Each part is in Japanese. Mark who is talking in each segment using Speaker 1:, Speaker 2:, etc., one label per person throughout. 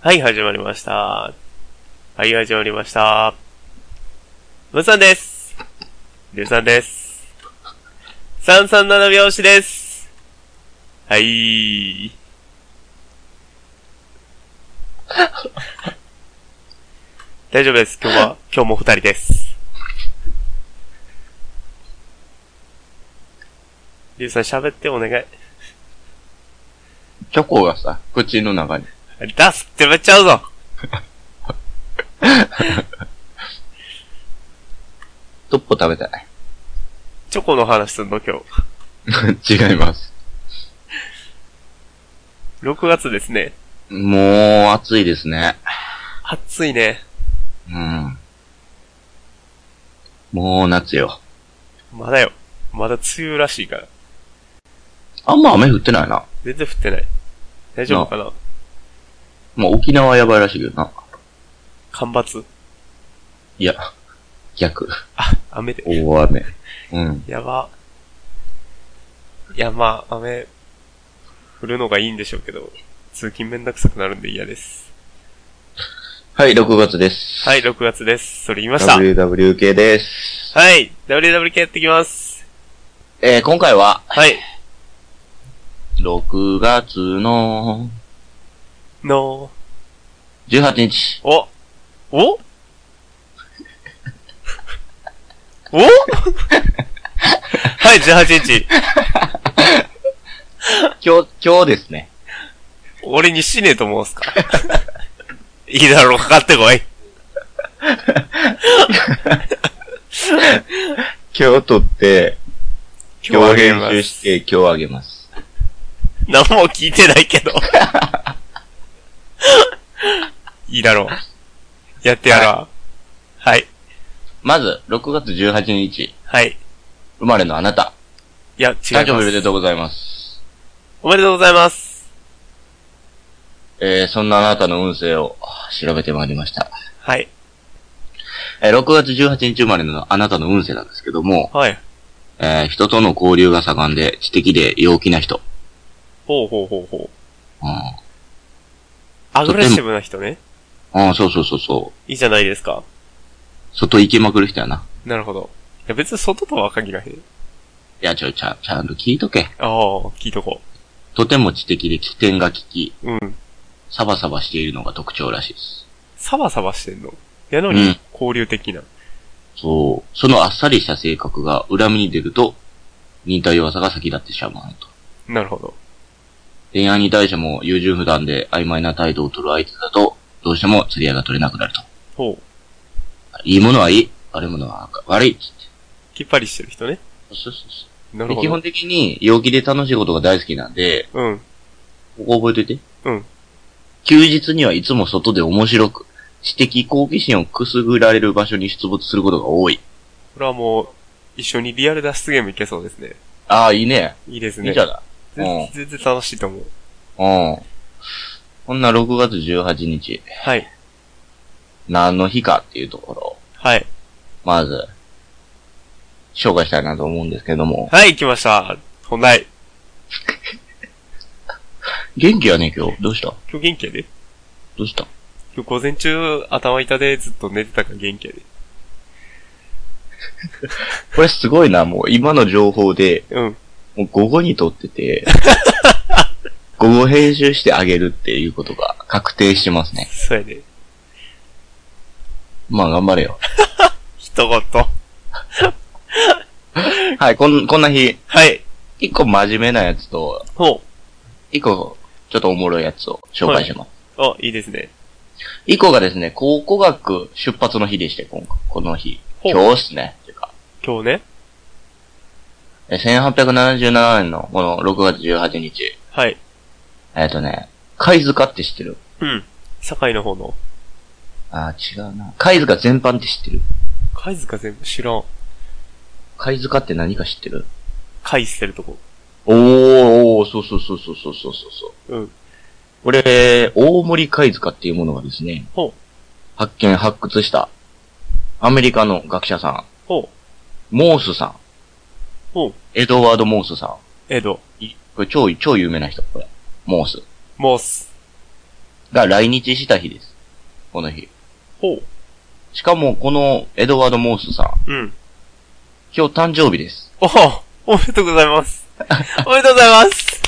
Speaker 1: はい、始まりました。はい、始まりました。ムーさんです。りゅうさんです。337拍子です。はい。大丈夫です。今日は、今日も二人です。りゅうさん喋ってお願い。
Speaker 2: チョコがさ、口の中に。
Speaker 1: 出すってめっちゃうぞ
Speaker 2: トッポ食べたい。
Speaker 1: チョコの話すんの今日。
Speaker 2: 違います。
Speaker 1: 6月ですね。
Speaker 2: もう、暑いですね。
Speaker 1: 暑いね。
Speaker 2: うん。もう、夏よ。
Speaker 1: まだよ。まだ梅雨らしいから。
Speaker 2: あんま雨降ってないな。
Speaker 1: 全然降ってない。大丈夫かな
Speaker 2: もう、沖縄やばいらしいけどな。
Speaker 1: 干ばつ
Speaker 2: いや、逆。
Speaker 1: あ、雨で。
Speaker 2: 大雨。うん。
Speaker 1: やば。いや、まあ、雨、降るのがいいんでしょうけど、通勤めんどくさくなるんで嫌です。
Speaker 2: はい、6月です。。
Speaker 1: はいい、6月です。それ言いました。
Speaker 2: WWK です。
Speaker 1: はい、WWK やってきます。
Speaker 2: えー、今回は、
Speaker 1: はい。
Speaker 2: 6月の
Speaker 1: の
Speaker 2: 18
Speaker 1: ー、
Speaker 2: 日。
Speaker 1: お、おおはい、18日。
Speaker 2: 今日、今日ですね。
Speaker 1: 俺に死ねえと思うんすかいいだろう、かかってこい。
Speaker 2: 今日撮って、今日編集して、今日あげます。
Speaker 1: 何も聞いてないけど。いいだろう。やってやろう。はい。
Speaker 2: まず、6月18日。
Speaker 1: はい。い
Speaker 2: 生まれのあなた。
Speaker 1: や、違います。
Speaker 2: 誕生日おめでとうございます。
Speaker 1: おめでとうございます。
Speaker 2: えー、そんなあなたの運勢を調べてまいりました。
Speaker 1: はい。
Speaker 2: えー、6月18日生まれのあなたの運勢なんですけども、
Speaker 1: はい。
Speaker 2: えー、人との交流が盛んで知的で陽気な人。
Speaker 1: ほうほうほうほう。
Speaker 2: う
Speaker 1: アグレッシブな人ね。
Speaker 2: ん。うん、そうそうそうそう。
Speaker 1: いいじゃないですか。
Speaker 2: 外行きまくる人やな。
Speaker 1: なるほど。いや、別に外とは限らへん。
Speaker 2: いや、ちょ、ちゃん、ちゃんと聞いとけ。
Speaker 1: ああ、聞いとこと
Speaker 2: ても知的で起点が利き、
Speaker 1: う。うん。
Speaker 2: サバサバしているのが特徴らしいです。
Speaker 1: サバサバしてんの。やの
Speaker 2: う
Speaker 1: に
Speaker 2: ん、
Speaker 1: 交流的な。
Speaker 2: そう。そのあっさりした性格が恨みに出ると、忍耐弱さが先立ってしまうと。
Speaker 1: なるほど。
Speaker 2: 恋愛に対しても優柔不断で曖昧な態度を取る相手だと、どうしても釣り合いが取れなくなると。
Speaker 1: ほう。
Speaker 2: いいものはいい、悪いものは悪いっつって。
Speaker 1: きっぱりしてる人ね。
Speaker 2: そうそうそ
Speaker 1: なる
Speaker 2: うで
Speaker 1: ほ
Speaker 2: 基
Speaker 1: ど
Speaker 2: 本。的に陽気で楽しいことが大好きなんで、
Speaker 1: うん。
Speaker 2: ここ覚えといて。
Speaker 1: うん。
Speaker 2: 休日にはいつも外で面白く、知的好奇心をくすぐられる場所に出没することが多い。
Speaker 1: これはもう、一緒にリアル脱出ゲームいけそうですね。
Speaker 2: ああ、いいね。
Speaker 1: いいです
Speaker 2: い
Speaker 1: ね。
Speaker 2: いじゃない。
Speaker 1: 全全然楽しいと思う。
Speaker 2: うん。こんな6月18日、
Speaker 1: はい。
Speaker 2: 何の日かっていうところを、
Speaker 1: はい。
Speaker 2: まず、紹介したいなと思うんですけども。
Speaker 1: はい、来ました。本題。
Speaker 2: 元気やね、今日。どうした
Speaker 1: 今日元気やで。
Speaker 2: どうした
Speaker 1: 今日午前中、頭痛でずっと寝てたから元気やで。
Speaker 2: これすごいな、もう今の情報で、
Speaker 1: うん。
Speaker 2: もう午後に撮って て、午後編集してあげるっていうことが確定してますね。
Speaker 1: そうやで。
Speaker 2: まあ頑張れよ。
Speaker 1: 一言。
Speaker 2: はい、こん、こんな日、
Speaker 1: はい。
Speaker 2: 一個真面目なやつと、
Speaker 1: ほ
Speaker 2: 一個ちょっとおもろいやつを紹介します。
Speaker 1: う。あ、いいですね。
Speaker 2: 一個がですね、考古学出発の日でして、今回この日。
Speaker 1: ほう
Speaker 2: 今日っすね。てか
Speaker 1: 今日ね。
Speaker 2: え1877年のこの6月18日。
Speaker 1: はい。
Speaker 2: えっ、とね、貝塚って知ってる
Speaker 1: うん。堺の方の。
Speaker 2: あー、違うな。貝塚全般って知ってる
Speaker 1: 貝塚全部知らん。
Speaker 2: 貝塚って何か知ってる
Speaker 1: 貝捨てるとこ。
Speaker 2: おー、おー、そうそうそうそうそうそうそう。
Speaker 1: うん。
Speaker 2: これ、大森貝塚っていうものがですね、
Speaker 1: ほう。
Speaker 2: 発見、発掘した、アメリカの学者さ
Speaker 1: ほう。
Speaker 2: ん、モースさん、
Speaker 1: ほう。
Speaker 2: エドワード・モースさ
Speaker 1: 江戸。
Speaker 2: ん。いこれ超、超有名な人、これ。モース。
Speaker 1: モース。
Speaker 2: が来日した日です。この日。
Speaker 1: ほう。
Speaker 2: しかも、このエドワード・モースさん、
Speaker 1: うん。
Speaker 2: 今日誕生日です。
Speaker 1: おほおめでとうござい ます。おめでとうござい ます。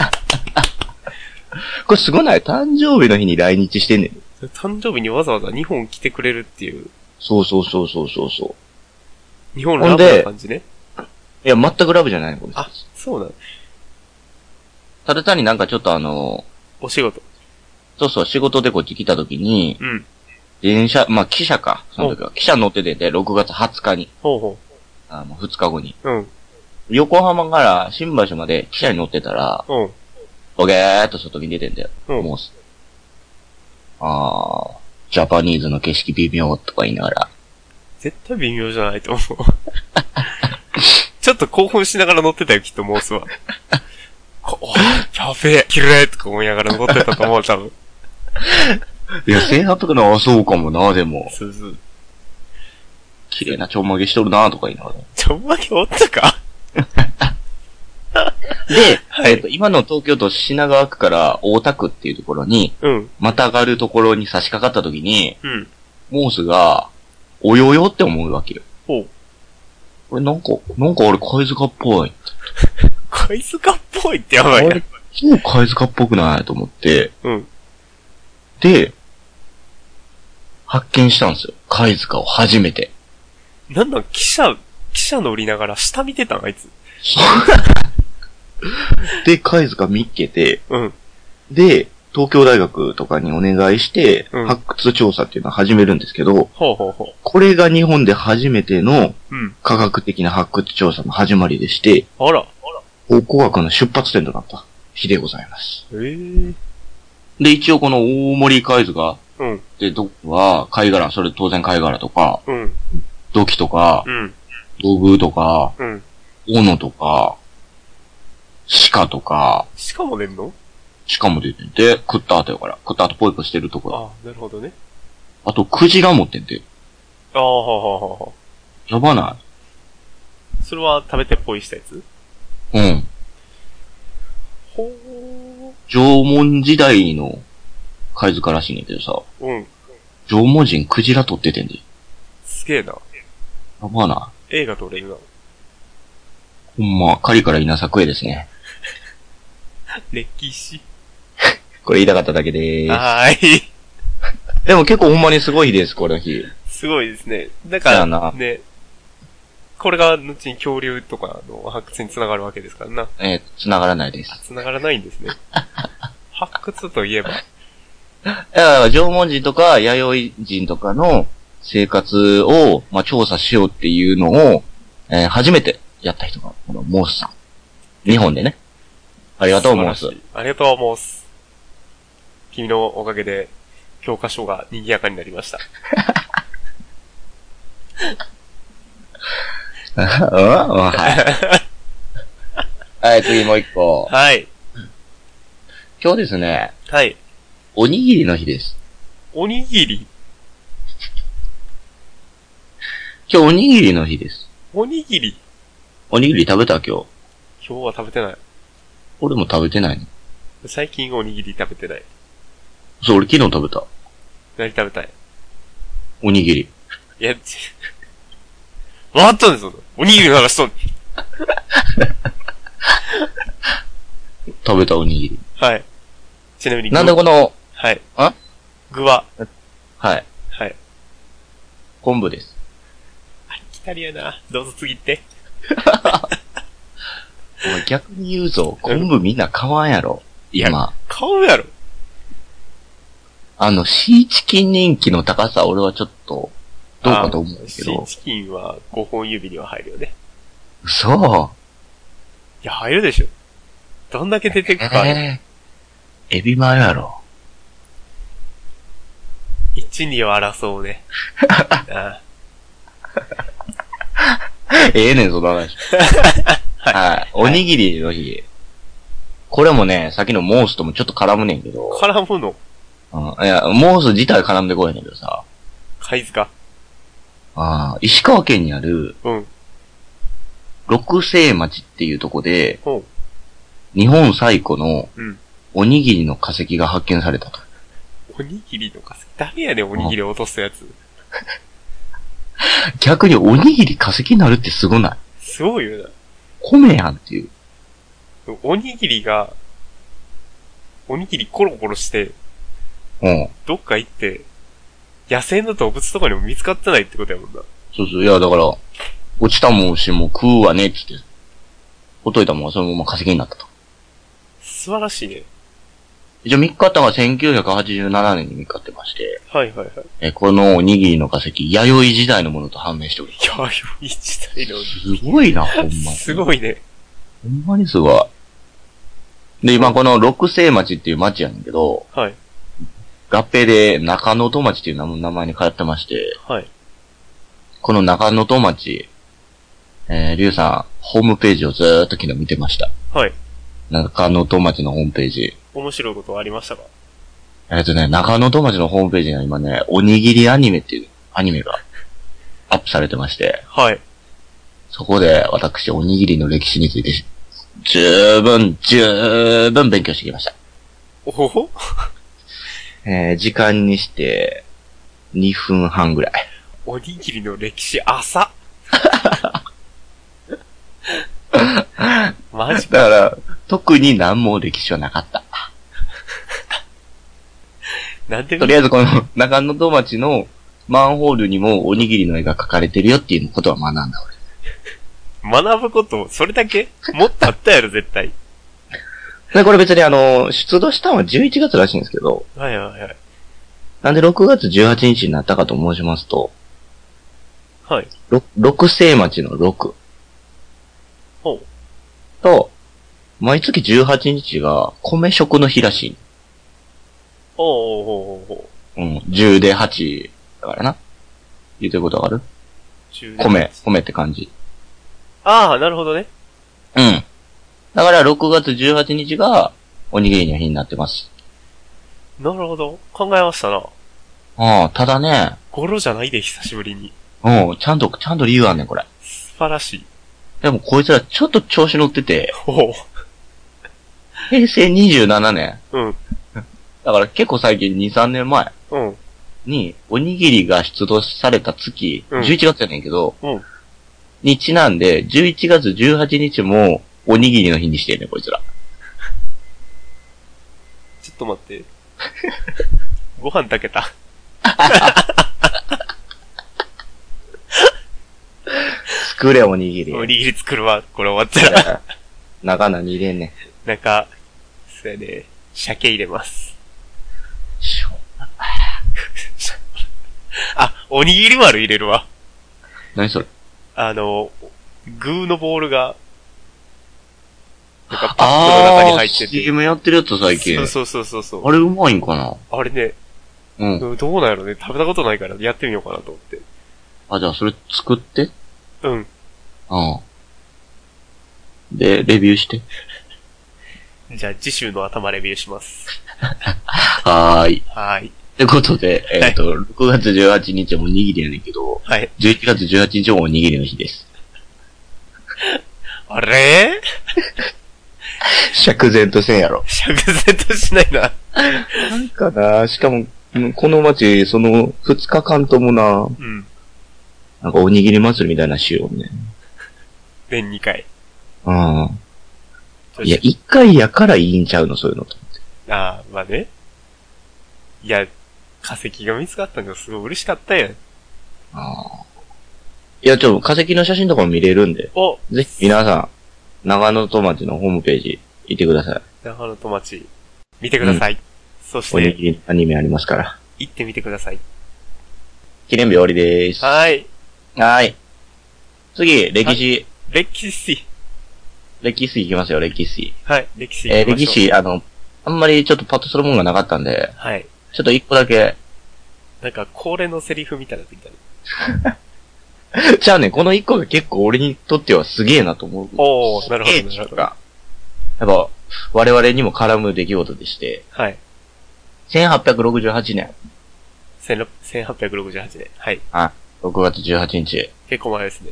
Speaker 2: これすごない誕生日の日に来日してんねん。
Speaker 1: 誕生日にわざわざ日本来てくれるっていう、
Speaker 2: そうそうそうそうそうそう。
Speaker 1: 日本ラブな感じね。
Speaker 2: いや、全くラブじゃないの、これ。
Speaker 1: あ、そうなの
Speaker 2: ただ単になんかちょっとあの、
Speaker 1: お仕事。
Speaker 2: そうそう、仕事でこっち来た時に、
Speaker 1: うん。
Speaker 2: 電車、まあ、汽車か。その時は。汽車乗っててて、6月20日に、
Speaker 1: ほうほ
Speaker 2: あの、2日後に。
Speaker 1: う。うん。
Speaker 2: 横浜から新橋まで汽車に乗ってたら、
Speaker 1: うん。
Speaker 2: ボゲーっと外に出てんだよ。
Speaker 1: うん
Speaker 2: もうす。あー、ジャパニーズの景色微妙とか言いながら。
Speaker 1: 絶対微妙じゃないと 思う。ちょっと興奮しながら乗ってたよ、きっと、モース は。こおやべえ、綺麗とか思いながら乗ってたと思う、多分。
Speaker 2: いや、1800の、あ、そうかもな、でも。
Speaker 1: そうそう。
Speaker 2: 綺麗なちょんまげしとるな、とか言いながら。
Speaker 1: ちょんまげおったか
Speaker 2: で、
Speaker 1: はい
Speaker 2: えっと、今の東京都品川区から大田区っていうところに、
Speaker 1: うん。
Speaker 2: またがるところに差し掛かった時に、
Speaker 1: うん。
Speaker 2: モースが、およよって思うわけよ。
Speaker 1: ほう。
Speaker 2: これなんか、なんか俺貝塚っぽい。
Speaker 1: 貝塚っぽいってやばい
Speaker 2: あ
Speaker 1: な
Speaker 2: れ。そう貝塚っぽくないと思って、
Speaker 1: うん。
Speaker 2: で、発見したんですよ。貝塚を初めて。
Speaker 1: なんなん、汽車、汽車乗りながら下見てたん、あいつ。
Speaker 2: で、貝塚見っけて、
Speaker 1: うん。
Speaker 2: で、東京大学とかにお願いして、
Speaker 1: うん
Speaker 2: 発掘調査っていうのを始めるんですけど、
Speaker 1: ほうほうほ
Speaker 2: これが日本で初めての
Speaker 1: う。うん。
Speaker 2: 科学的な発掘調査の始まりでして、
Speaker 1: あら。
Speaker 2: 考古学の出発点となった日でございます。
Speaker 1: ええー。
Speaker 2: で、一応この大森貝塚
Speaker 1: うん。
Speaker 2: で、どこは、貝殻、それ当然貝殻とか、
Speaker 1: うん。
Speaker 2: 土器とか、
Speaker 1: うん。
Speaker 2: 道具とか、
Speaker 1: うん。
Speaker 2: 斧とか、鹿とか、
Speaker 1: 鹿も出んの
Speaker 2: 鹿も出てんて、食った後やから、食った後ポイポイしてるところ。
Speaker 1: あなるほどね。
Speaker 2: あと、クジラ持ってんて。
Speaker 1: ああ、はあはあはあは
Speaker 2: やばな
Speaker 1: あ。それは食べてっぽいしたやつ
Speaker 2: い。うん。
Speaker 1: ほ
Speaker 2: 縄文時代の貝塚らしいねんけどさ、
Speaker 1: う。うん。
Speaker 2: 縄文人クジラ取っててんで。
Speaker 1: すげえな。
Speaker 2: やばな。
Speaker 1: 映画撮れるな。
Speaker 2: ほんま、狩りから稲作へですね。
Speaker 1: 歴史。
Speaker 2: これ言いたかっただけでー
Speaker 1: はーい。
Speaker 2: す。でも結構ほんまにすごい日です、この日。
Speaker 1: すごいですね。だ
Speaker 2: そう
Speaker 1: か
Speaker 2: やな
Speaker 1: ら、ね。これが後に恐竜とかの発掘につながるわけですからな。
Speaker 2: えー、繋がらないです。
Speaker 1: つながらないんですね。発掘といえば。
Speaker 2: だから、縄文人とか弥生人とかの生活を、まあ、調査しようっていうのを、えー初めてやった人が、このモースさん。日本でね。あ
Speaker 1: あ
Speaker 2: りがとう、モース。。
Speaker 1: ありがとう、モース。君のおかげで、教科書が賑やかになりました。
Speaker 2: うん はい。はい、次もう一個。
Speaker 1: はい。
Speaker 2: 今日ですね、
Speaker 1: はい。
Speaker 2: おにぎりの日です。
Speaker 1: おにぎり。
Speaker 2: 今日おにぎりの日です。
Speaker 1: おにぎり。
Speaker 2: おにぎり食べた今日。
Speaker 1: 今日は食べてない。
Speaker 2: 俺も食べてないの。
Speaker 1: 最近おにぎり食べてない。
Speaker 2: そう、俺昨日食べた。
Speaker 1: 何食べたい
Speaker 2: おにぎり。
Speaker 1: いや、ち、 笑ったんですよ。おにぎりの話しとん。
Speaker 2: 食べたおにぎり。
Speaker 1: はい。ちなみに具、
Speaker 2: なんでこの、
Speaker 1: はい。
Speaker 2: あ
Speaker 1: 具は、
Speaker 2: はい、
Speaker 1: はい。
Speaker 2: 昆布です。
Speaker 1: 来たりやな。どうぞ次行って。
Speaker 2: お前逆に言うぞ、昆布みんな買わんやろ。
Speaker 1: いや
Speaker 2: 今。
Speaker 1: 買うやろ。
Speaker 2: あの、シーチキン人気の高さ、俺はちょっと、どうかと思うんだけ
Speaker 1: シー
Speaker 2: ど。
Speaker 1: チキンは5本指には入るよね。
Speaker 2: 嘘
Speaker 1: いや、入るでしょ。どんだけ出てくか。
Speaker 2: えー、エビマヨやろ。
Speaker 1: 一、二を争う ね。あ
Speaker 2: ええねん、その 話。はい。おにぎりの日。これもね、さっきのモースともちょっと絡むねんけど。
Speaker 1: 絡むの。
Speaker 2: うん、いや、モース自体絡んでこいねんけどさ。
Speaker 1: 貝塚。
Speaker 2: あー石川県にある、
Speaker 1: うん。
Speaker 2: 六星町っていうとこで、
Speaker 1: ほ
Speaker 2: 日本最古の
Speaker 1: う。うん。
Speaker 2: おにぎりの化石が発見されたと。
Speaker 1: おおにぎりとか好き。誰やねん、おにぎり落とすやつ。
Speaker 2: 逆におにぎり化石になるってすごない。
Speaker 1: すごいよな。
Speaker 2: 米やんっていう。
Speaker 1: おにぎりが、おにぎりコロコロして、
Speaker 2: うん。
Speaker 1: どっか行って、野生の動物とかにも見つかってないってことやもんな。
Speaker 2: そうそう。いや、だから、落ちたもんし、もう食うわね、つって。ほっといたもんがそのまま化石になったと。
Speaker 1: 素晴らしいね。
Speaker 2: 一応見っかったのが1987年に見っかってまして、
Speaker 1: はいはいはい。
Speaker 2: えこのおにぎりの化石、弥生時代のものと判明しておりま
Speaker 1: 弥生時代の
Speaker 2: す。すごいな、ほんまに。
Speaker 1: すごいね。
Speaker 2: ほんまにすごい。で、今この六世町っていう町やねんけど、
Speaker 1: はい。
Speaker 2: 合併で中野戸町っていう名名前に通ってまして、
Speaker 1: はい。
Speaker 2: この中野戸町、えー、りゅうさん、ホームページをずーっと昨日見てました。
Speaker 1: はい。
Speaker 2: 中野戸町のホームページ。
Speaker 1: 面白いことはありましたか
Speaker 2: えっとね、中野戸町のホームページには今ね、おにぎりアニメっていうアニメがアップされてまして、
Speaker 1: はい。
Speaker 2: そこで私、おにぎりの歴史についてし、十分、十分勉強してきました。
Speaker 1: おほほ
Speaker 2: えー、時間にして、2分半ぐらい。
Speaker 1: おにぎりの歴史浅マジ
Speaker 2: だから、特に何も歴史はなかった。
Speaker 1: なんで
Speaker 2: とりあえずこの中野戸町のマンホールにもおにぎりの絵が描かれてるよっていうことは学んだ俺。
Speaker 1: 学ぶこと、それだけもっとあったやろ、絶対。
Speaker 2: で、これ別にあの、出土したのは11月らしいんですけど、
Speaker 1: はいはいはい。
Speaker 2: なんで6月18日になったかと申しますと、
Speaker 1: はい。
Speaker 2: ろ六世町の6
Speaker 1: ほう。
Speaker 2: と、毎月18日が米食の日らしい。
Speaker 1: おうおうおうおうおう。
Speaker 2: うん、10で8だからな。言うてることわかる
Speaker 1: 中年
Speaker 2: 米、。米って感じ。
Speaker 1: ああ、なるほどね。
Speaker 2: うん。だから6月18日がおにぎりの日になってます。
Speaker 1: なるほど。考えましたな。
Speaker 2: ああ、ただね、
Speaker 1: ゴロじゃないで、久しぶりに。
Speaker 2: うん、ちゃんと、ちゃんと理由あんねん、これ。
Speaker 1: 素晴らしい。
Speaker 2: でもこいつらちょっと調子乗ってて、
Speaker 1: ほ
Speaker 2: 平成27年。
Speaker 1: う。うん。
Speaker 2: だから結構最近2、3年前
Speaker 1: うん。
Speaker 2: に、おにぎりが出土された月、
Speaker 1: うん
Speaker 2: 11月やねんけど、
Speaker 1: うん
Speaker 2: にちなんで、11月18日もおにぎりの日にしてるねん、こいつら。
Speaker 1: ちょっと待 って。ご飯炊けた。
Speaker 2: 作れ、おにぎり。
Speaker 1: おにぎり作るわ、これ終わったら。
Speaker 2: 中何入れんねん。
Speaker 1: なんか、そうやね。鮭入れます。あ、おにぎり丸入れるわ。
Speaker 2: 何それ
Speaker 1: あの、グーのボールが、なんかパックの中
Speaker 2: あ
Speaker 1: に
Speaker 2: あ
Speaker 1: 入
Speaker 2: ー、
Speaker 1: ってて。
Speaker 2: CM やってるやつ最近。
Speaker 1: そうそうそうそうそう。
Speaker 2: あれうまいんかな
Speaker 1: あれね、
Speaker 2: うん。
Speaker 1: どうなんやろね。食べたことないからやってみようかなと思って。
Speaker 2: あ、じゃあそれ作って。
Speaker 1: うん。
Speaker 2: うん。で、レビューして。
Speaker 1: じゃあ次週の頭レビューします。
Speaker 2: はーい。
Speaker 1: はーい。
Speaker 2: ってことで、えっ、と、6月18日はおにぎりやねんけど、
Speaker 1: はい。
Speaker 2: 11月18日もおにぎりの日です。
Speaker 1: あれ
Speaker 2: 釈然とせんやろ。
Speaker 1: 釈然としないな。
Speaker 2: なんかな、しかも、うんこの町、その、2日間ともな、
Speaker 1: うん。
Speaker 2: なんかおにぎり祭りみたいなしようね。
Speaker 1: 年2回。
Speaker 2: うん。いや、1回やからいいんちゃうの、そういうのと。
Speaker 1: ああ、まあね。いや、化石が見つかったのがすごい嬉しかったやん。
Speaker 2: あーいや、ちょ、化石の写真とかも見れるんで、
Speaker 1: お
Speaker 2: ぜひ皆さん、長野と町のホームページ、行ってください。
Speaker 1: 長野と町、見てください。そし
Speaker 2: おに
Speaker 1: て、
Speaker 2: ぎりのアニメありますから。
Speaker 1: 行ってみてください。
Speaker 2: 記念日終わりです。は
Speaker 1: はーい。
Speaker 2: ーい。次、歴史、
Speaker 1: 歴史。
Speaker 2: 歴史いきますよ、歴史。
Speaker 1: はい、歴史
Speaker 2: えー
Speaker 1: 行きまし
Speaker 2: 歴
Speaker 1: ょう。
Speaker 2: 史、あの、あんまりちょっとパッとするもんがなかったんで、
Speaker 1: はい。
Speaker 2: ちょっと一個だけ。
Speaker 1: なんか、恒例のセリフみたいなってきたね。
Speaker 2: じゃあね、この一個が結構俺にとってはすげえなと思う。
Speaker 1: おーなるほど
Speaker 2: すげえっていうか
Speaker 1: な
Speaker 2: やっぱ、我々にも絡む出来事でして、
Speaker 1: はい。
Speaker 2: 1868年、
Speaker 1: 16 1868年。はい。
Speaker 2: 6月18日。
Speaker 1: 結構前ですね。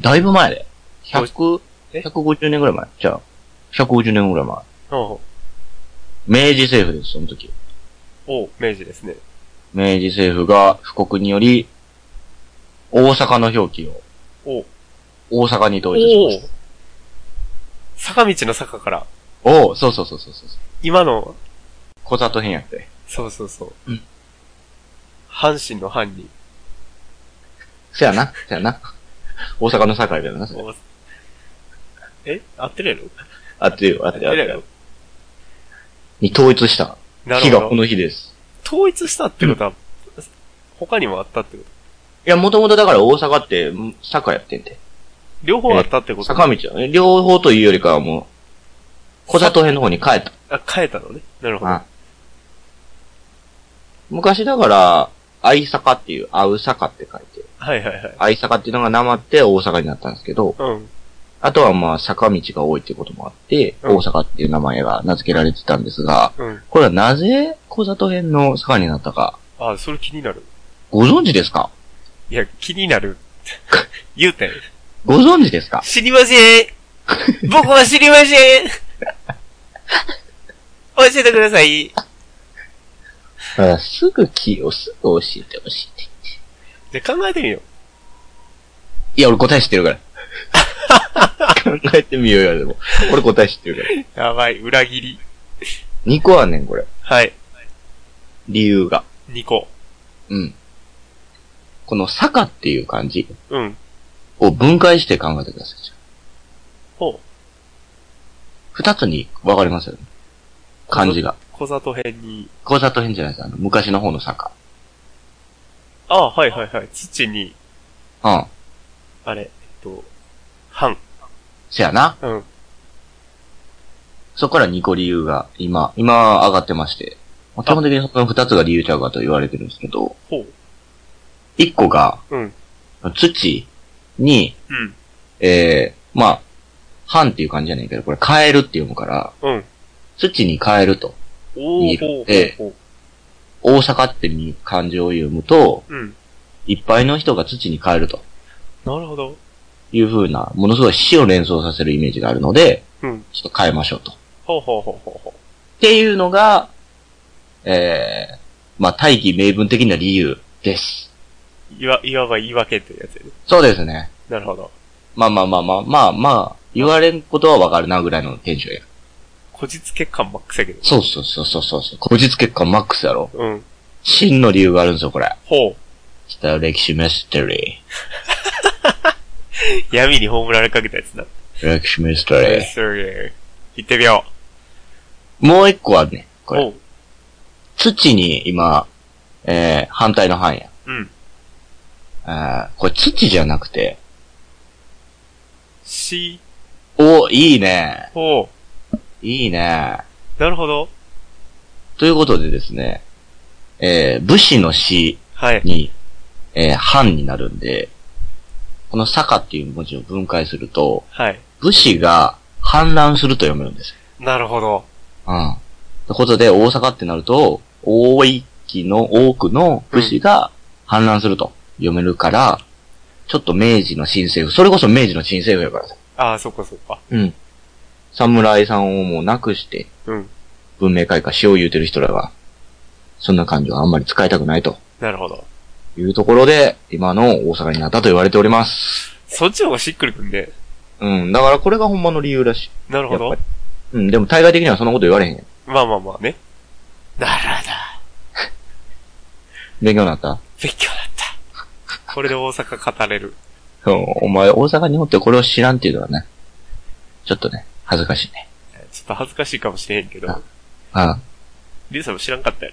Speaker 2: だいぶ前で。100
Speaker 1: え、
Speaker 2: 150年ぐらい前。じゃあ、150年ぐらい前。
Speaker 1: おう
Speaker 2: 明治政府です、その時。
Speaker 1: お明治ですね。
Speaker 2: 明治政府が布告により、大阪の表記を
Speaker 1: おお
Speaker 2: 大阪に統一しま
Speaker 1: お
Speaker 2: した。
Speaker 1: 坂道の坂から、
Speaker 2: おおうそうそうそうそうそう。
Speaker 1: 今の、
Speaker 2: 小里編やって。
Speaker 1: そうそうそう。
Speaker 2: うん
Speaker 1: 阪神の阪に、
Speaker 2: せやな、せやな。大阪の堺だよな、それ。
Speaker 1: おえ合ってるやろ
Speaker 2: あってるよ、あってる
Speaker 1: 合って
Speaker 2: よあ
Speaker 1: る
Speaker 2: っ
Speaker 1: や
Speaker 2: て
Speaker 1: ろ
Speaker 2: る。に統一した
Speaker 1: な
Speaker 2: 日
Speaker 1: る
Speaker 2: がこ
Speaker 1: ほど。
Speaker 2: の日です。
Speaker 1: 統一したってことは、他にもあったってこと
Speaker 2: いや、もともとだから大阪って、ん堺やってんて。
Speaker 1: 両方あったってこと、
Speaker 2: 坂道だね。両方というよりかはもう、小里編の方に帰った。
Speaker 1: あ、変えたのね。なるほど。
Speaker 2: あ昔だから、愛坂っていう、あう坂って書いて、
Speaker 1: はいはいはい。
Speaker 2: 愛坂っていうのがなまって大阪になったんですけど、
Speaker 1: うん。
Speaker 2: あとはまあ坂道が多いってこともあって、
Speaker 1: うん
Speaker 2: 大阪っていう名前が名付けられてたんですが、
Speaker 1: うん。
Speaker 2: これはなぜ小里編の坂になったか、
Speaker 1: あ、それ気になる。
Speaker 2: ご存知ですか
Speaker 1: いや、気になる。 言うてん。
Speaker 2: ご存知ですか
Speaker 1: 知りません僕は知りません教えてください
Speaker 2: あすぐキーをすぐ教えてほしいって。
Speaker 1: じゃあ考えてみよ
Speaker 2: いや、俺答え知ってるから。考えてみようよ、でも。俺答え知ってる から。
Speaker 1: う。やばい、裏切り。
Speaker 2: 2個あんねん、これ。
Speaker 1: はい。
Speaker 2: 理由が。
Speaker 1: 2個。
Speaker 2: うん。この坂っていう漢字
Speaker 1: うん。
Speaker 2: を分解して考えてください。
Speaker 1: ほう。
Speaker 2: 二つに分かれますよね。漢字が。
Speaker 1: 小里編に。
Speaker 2: 小里編じゃないです。あの、昔の方の坂。
Speaker 1: あはいはいはい。土に、
Speaker 2: うん。
Speaker 1: あれ、えっと、半。
Speaker 2: せやな。
Speaker 1: うん。
Speaker 2: そこから2個理由が今、今上がってまして。まあ、基本的にその二つが理由ちゃうかと言われてるんですけど、
Speaker 1: ほう。
Speaker 2: 一個が、
Speaker 1: うん。
Speaker 2: 土に、
Speaker 1: うん。
Speaker 2: えー、まあ、半っていう感じじゃないけど、これ変えるって読むから、
Speaker 1: うん。
Speaker 2: 土に変えると。
Speaker 1: お
Speaker 2: 見
Speaker 1: ー、
Speaker 2: る
Speaker 1: ほう、ほ
Speaker 2: ええ
Speaker 1: う、ほ
Speaker 2: 大阪っていう漢字を読むと、
Speaker 1: う。うん。
Speaker 2: いっぱいの人が土に変えると
Speaker 1: なるほど。
Speaker 2: いう風な、ものすごい死を連想させるイメージがあるので、
Speaker 1: うん。
Speaker 2: ちょっと変えましょうと。っ
Speaker 1: ほうほうほうほうほ
Speaker 2: ていうのが、えー、まあ、大義名分的な理由です。
Speaker 1: う。いわ、いわば言い訳というやつやね。
Speaker 2: そうですね。
Speaker 1: なるほど。
Speaker 2: まあまあまあまあまあまあ、言われんことはわかるなぐらいのテンションや。
Speaker 1: こじつけ感マックスやけど。
Speaker 2: そうそうそうそうそうそう。こじつけ感マックスやろ。
Speaker 1: うん。
Speaker 2: 真の理由があるんですよ、これ。
Speaker 1: ほ
Speaker 2: ちょっと歴史ミステリ
Speaker 1: う。闇に葬られかけたやつな。
Speaker 2: ー。歴史ミステリー。
Speaker 1: それ。行ってみよ
Speaker 2: もう一個はね、
Speaker 1: う。
Speaker 2: これ。
Speaker 1: おう。
Speaker 2: 土に今、えー、反対の反や。
Speaker 1: うん。
Speaker 2: あーこれ土じゃなくて、
Speaker 1: し、
Speaker 2: お、いいね。
Speaker 1: ほ
Speaker 2: いいね。
Speaker 1: う。なるほど。
Speaker 2: ということでですね、えー、武士の死
Speaker 1: はい。
Speaker 2: に、えー、藩になるんで、この坂っていう文字を分解すると、
Speaker 1: はい。
Speaker 2: 武士が反乱すると読めるんです
Speaker 1: なるほど。
Speaker 2: よ。うん。ということで、大阪ってなると、大域の、多くの武士が反乱すると読めるから、ちょっと明治の新政府、それこそ明治の新政府やからさ。
Speaker 1: ああ、そっかそっか。
Speaker 2: うん。侍さんをもうなくして、
Speaker 1: うん。
Speaker 2: 文明開化しよう言うてる人らが、そんな感じはあんまり使いたくないと。
Speaker 1: なるほど。
Speaker 2: というところで、今の大阪になったと言われております。
Speaker 1: そっちの方がしっくりくんで。
Speaker 2: うん、だからこれがほんまの理由らしい。
Speaker 1: なるほ
Speaker 2: や
Speaker 1: ど
Speaker 2: っ。ぱりうん、でも対外的にはそんなこと言われへんよ。
Speaker 1: まあまあまあね。なるほど。
Speaker 2: 勉強になった
Speaker 1: 勉強だった。これで大阪語れる。
Speaker 2: うんお前大阪におってこれを知らんっていうのはね、ちょっとね、恥ずかしいね。
Speaker 1: ちょっと恥ずかしいかもしれへんけ
Speaker 2: あ
Speaker 1: ど、
Speaker 2: あ
Speaker 1: リュウさんも知らんかったよ。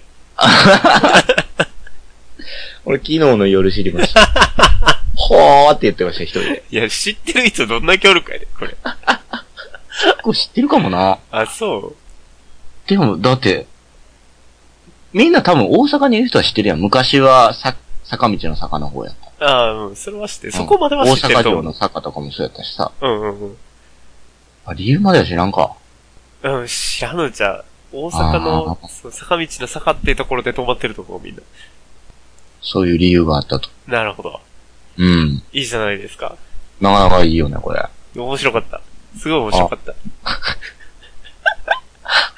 Speaker 2: 俺昨日の夜知りました。 ほーって言ってました、一人で。
Speaker 1: いや、知ってる人どんな協力やねん、これ。
Speaker 2: 結構知ってるかもな。
Speaker 1: あ、そう
Speaker 2: でも、だって、みんな多分大阪にいる人は知ってるやん。昔はさ、坂道の坂の方やった。
Speaker 1: ああ、うん、それは知ってる。そこまでは
Speaker 2: うん
Speaker 1: 知ってる
Speaker 2: 大阪
Speaker 1: と
Speaker 2: 城
Speaker 1: 思
Speaker 2: の
Speaker 1: う。
Speaker 2: 坂とかもそうやったしさ。
Speaker 1: うんうんうん。
Speaker 2: あ理由までは知らんか。
Speaker 1: うん、知らんのじゃう、大阪の
Speaker 2: あ、ー
Speaker 1: そう坂道の坂っていうところで止まってるとこみんな。
Speaker 2: そういう理由があったと。
Speaker 1: なるほど。
Speaker 2: うん。
Speaker 1: いいじゃないですか。
Speaker 2: なかなかいいよね、これ。
Speaker 1: 面白かった。すごい面白かった。
Speaker 2: あ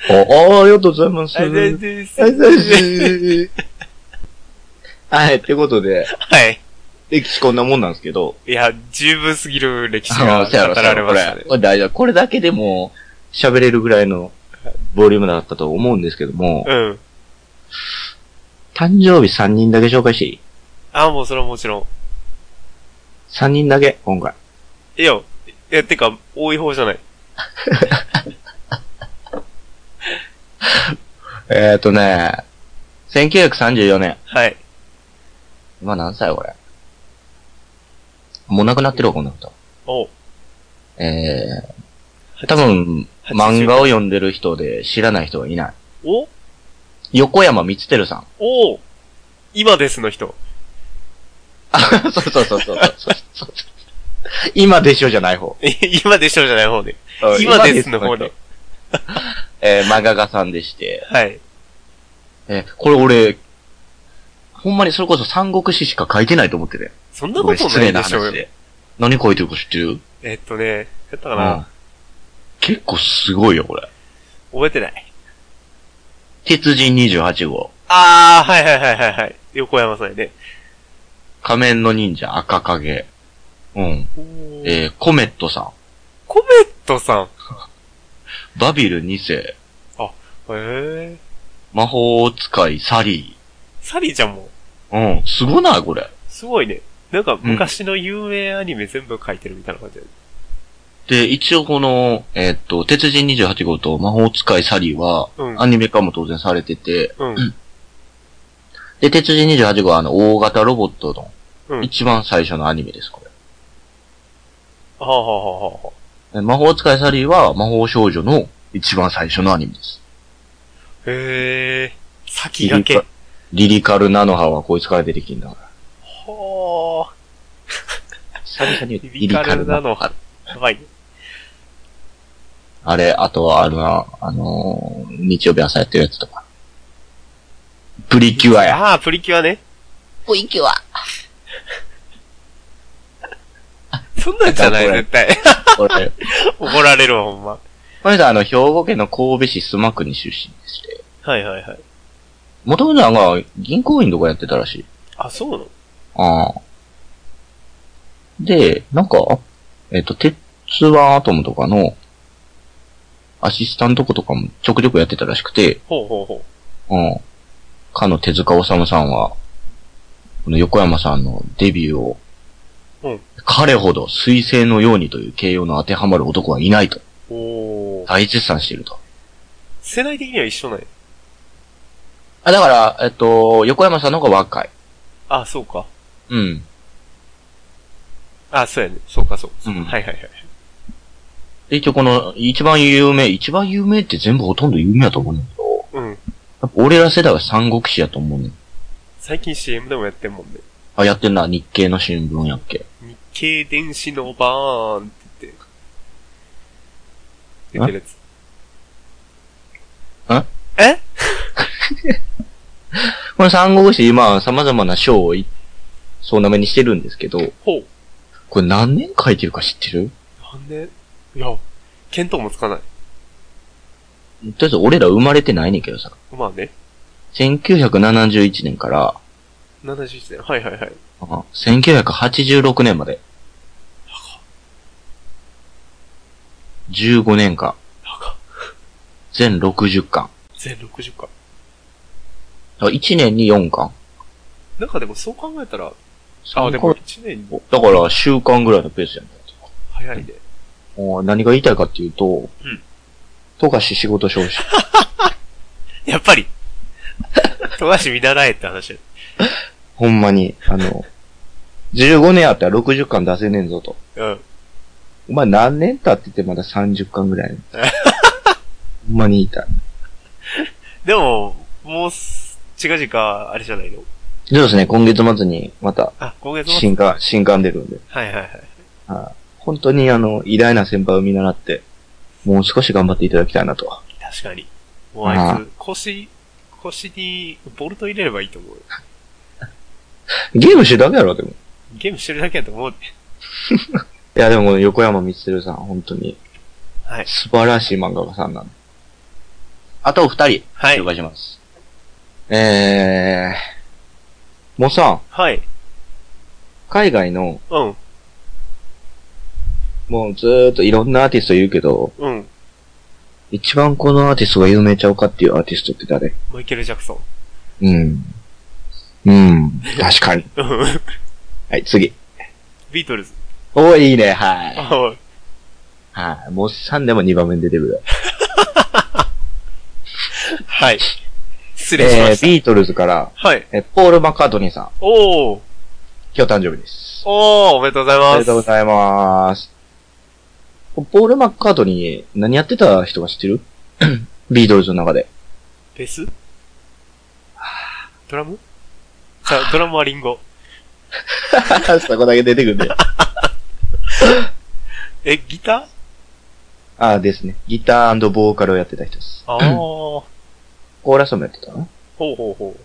Speaker 2: あ、ありがとうございます。
Speaker 1: ありがとうございます
Speaker 2: ありがとうご ざいますはい、ってことで、
Speaker 1: はい。
Speaker 2: 歴史こんなもんなんですけど、
Speaker 1: いや、十分すぎる歴史
Speaker 2: あ
Speaker 1: が
Speaker 2: の、せやろ、
Speaker 1: 語
Speaker 2: せや
Speaker 1: られ
Speaker 2: ろ、
Speaker 1: ま
Speaker 2: こ
Speaker 1: したね
Speaker 2: れ。。これ大丈夫。これだけでも、喋れるぐらいのボリュームだったと思うんですけども、
Speaker 1: うん。
Speaker 2: 誕生日3人だけ紹介していい
Speaker 1: あ、もうそれはもちろん。
Speaker 2: ?3 人だけ、今回。
Speaker 1: いや、いや、てか、多い方じゃない。
Speaker 2: えっ、ー、とね、1934年。
Speaker 1: はい。
Speaker 2: 今何歳これ。もう亡くなってるわ、こんなこと。
Speaker 1: おう
Speaker 2: えー、多分、
Speaker 1: 80
Speaker 2: 漫画を読んでる人で知らない人はいない。
Speaker 1: お
Speaker 2: 横山光輝さん。
Speaker 1: おう今ですの人。
Speaker 2: あ、 そうそうそうそうそうそうそう。今でしょじゃない方。
Speaker 1: 今でしょじゃない方で。今ですの方で。。
Speaker 2: えー、漫画家さんでして。
Speaker 1: はい。
Speaker 2: えーこれ俺、ほんまにそれこそ三国志しか書いてないと思ってて。
Speaker 1: そんなこと
Speaker 2: 失
Speaker 1: な
Speaker 2: 礼
Speaker 1: い
Speaker 2: な
Speaker 1: でしょ
Speaker 2: 話
Speaker 1: うよ。
Speaker 2: で。何書いてるか知ってる
Speaker 1: えっとね、やったか
Speaker 2: うん
Speaker 1: な
Speaker 2: 結構すごいよ、これ。
Speaker 1: 覚えてない。
Speaker 2: 鉄人28号。
Speaker 1: あー、はいはいはいはいはい。横山さんやね。
Speaker 2: 仮面の忍者赤影。うん。
Speaker 1: おー
Speaker 2: えー、コメットさ
Speaker 1: コメットさん。
Speaker 2: ん。バビル2
Speaker 1: へ
Speaker 2: 世。
Speaker 1: え。
Speaker 2: 魔法使いサリ
Speaker 1: サリーちゃんも、
Speaker 2: ー。うん。すごないこれ。
Speaker 1: すごいね。なんか昔の有名アニメ全部書いてるみたいな感じだよね
Speaker 2: で、一応この、えーっと、鉄人28号と魔法使いサリーは、
Speaker 1: うん
Speaker 2: アニメ化も当然されてて、
Speaker 1: うん。
Speaker 2: で、鉄人28号はあの、大型ロボット
Speaker 1: う
Speaker 2: の、
Speaker 1: ん
Speaker 2: 一番最初のアニメです、これ。
Speaker 1: はあはあはあはあ。
Speaker 2: で魔法使いサリーは魔法少女の一番最初のアニメです。
Speaker 1: へえ。先駆け。は
Speaker 2: リリカルナノハはこいつから出てきんだから。
Speaker 1: あ。
Speaker 2: 久々に
Speaker 1: リリカルナノハ。やばいね。
Speaker 2: あれ、あとはあるな、あのー日曜日朝やってるやつとか。プリキュアや。
Speaker 1: ああ、プリキュアね。
Speaker 2: プリキュア。
Speaker 1: そんなんじゃない、
Speaker 2: だから
Speaker 1: 絶対。
Speaker 2: これ、
Speaker 1: 怒られるわ、ほんま。
Speaker 2: この人あの、兵庫県の神戸市須磨区に出身でして、
Speaker 1: はいはいはい。
Speaker 2: もともとなんか銀行員とかやってたらしい。
Speaker 1: あ、そうなの
Speaker 2: ああ。で、なんか、えっ、と、鉄腕アトムとかの、アシスタントことかもちょくちょくやってたらしくて、
Speaker 1: ほうほうほ
Speaker 2: うん。かの手塚治虫さんは、この横山さんのデビューを、
Speaker 1: うん
Speaker 2: 彼ほど彗星のようにという形容の当てはまる男はいないと、
Speaker 1: う。おー。
Speaker 2: 大絶賛していると。
Speaker 1: 世代的には一緒なんや。
Speaker 2: あ、だから、えっと、横山さんの方が若い。
Speaker 1: あ、そうか。
Speaker 2: うん。
Speaker 1: あ、そうやね。そうか、そうか。
Speaker 2: うん
Speaker 1: はいはいはい。
Speaker 2: で一応この、一番有名、一番有名って全部ほとんど有名だと思うんだけ
Speaker 1: う
Speaker 2: ど、
Speaker 1: ん。
Speaker 2: やっぱ俺ら世代は三国志やと思うねん。
Speaker 1: 最近 CM でもやってんもんね。
Speaker 2: あ、やってんな、日経の新聞やっけ。
Speaker 1: 日経電子のバーンって言って。言ってるやつ。
Speaker 2: あ
Speaker 1: え
Speaker 2: この三国志今様々な賞をい、そうなめにしてるんですけど、
Speaker 1: ほう。
Speaker 2: これ何年書いてるか知ってる
Speaker 1: なんでいや、見当もつかない。
Speaker 2: とりあえず俺ら生まれてないねんけどさ。
Speaker 1: まあね。
Speaker 2: 1971年から、
Speaker 1: 71年。はいはいはい。
Speaker 2: あ1986年まで。15年間。
Speaker 1: 高っ
Speaker 2: 全60巻。
Speaker 1: 全60巻。
Speaker 2: 1年に4巻。
Speaker 1: なんかでもそう考えたら、
Speaker 2: そ
Speaker 1: あ、
Speaker 2: う
Speaker 1: でも1年も
Speaker 2: だから、週間ぐらいのペースやね
Speaker 1: 早いね。
Speaker 2: もう何が言いたいかっていうと、
Speaker 1: うん
Speaker 2: 富樫仕事少子。
Speaker 1: やっぱり 富樫見習えって話だ
Speaker 2: ほんまに、あの、15年あったら60巻出せねえぞと。
Speaker 1: うん。
Speaker 2: お前何年経っててまだ30巻ぐら い。ほんまに言いたい。
Speaker 1: でも、もうす、近々、あれじゃないの
Speaker 2: そうですね、今月末にまた
Speaker 1: あ、今月末
Speaker 2: 新刊、新刊出るんで。
Speaker 1: はいはいはい。
Speaker 2: はい本当にあの、偉大な先輩を見習って、もう少し頑張っていただきたいなと。
Speaker 1: 確かに。もうあ
Speaker 2: う
Speaker 1: いつ、腰、腰にボルト入れればいいと思うよ。
Speaker 2: ゲームしてるだけやろ、でも。
Speaker 1: ゲームしてるだけやと思う。
Speaker 2: いや、でもこの横山光輝さん、本当に、
Speaker 1: はい。
Speaker 2: 素晴らしい漫画家さんなんで。あとお二人、
Speaker 1: はい
Speaker 2: 紹介します。えー、もうさん、
Speaker 1: はい。
Speaker 2: 海外の、
Speaker 1: うん。
Speaker 2: もうずーっといろんなアーティストいるけど、
Speaker 1: うん。
Speaker 2: 一番このアーティストが有名ちゃうかっていうアーティストって誰
Speaker 1: マイケル・ジャクソン。
Speaker 2: うん。うん。確かに。
Speaker 1: うん。
Speaker 2: はい、次。
Speaker 1: ビートルズ。
Speaker 2: おー、いいね、はい。
Speaker 1: あおい
Speaker 2: はい。もう3でも2番目に出てくる。
Speaker 1: はい。失礼しま
Speaker 2: え
Speaker 1: した。
Speaker 2: ー、ビートルズから、
Speaker 1: はい。
Speaker 2: えー、ポール・マッカートニーさん、
Speaker 1: おー。
Speaker 2: 今日誕生日です。
Speaker 1: おー、おめでとうございます。
Speaker 2: おめでとうございます。ポール・マッカートニー、何やってた人が知ってる ビートルズの中で。
Speaker 1: ベースドラムさあ、ドラムはリンゴ。
Speaker 2: そこだけ出てくるんで。
Speaker 1: え、ギター
Speaker 2: あーですね。ギターボーカルをやってた人です。
Speaker 1: ああ。ほ
Speaker 2: コーラスもやってたかな
Speaker 1: うほうほ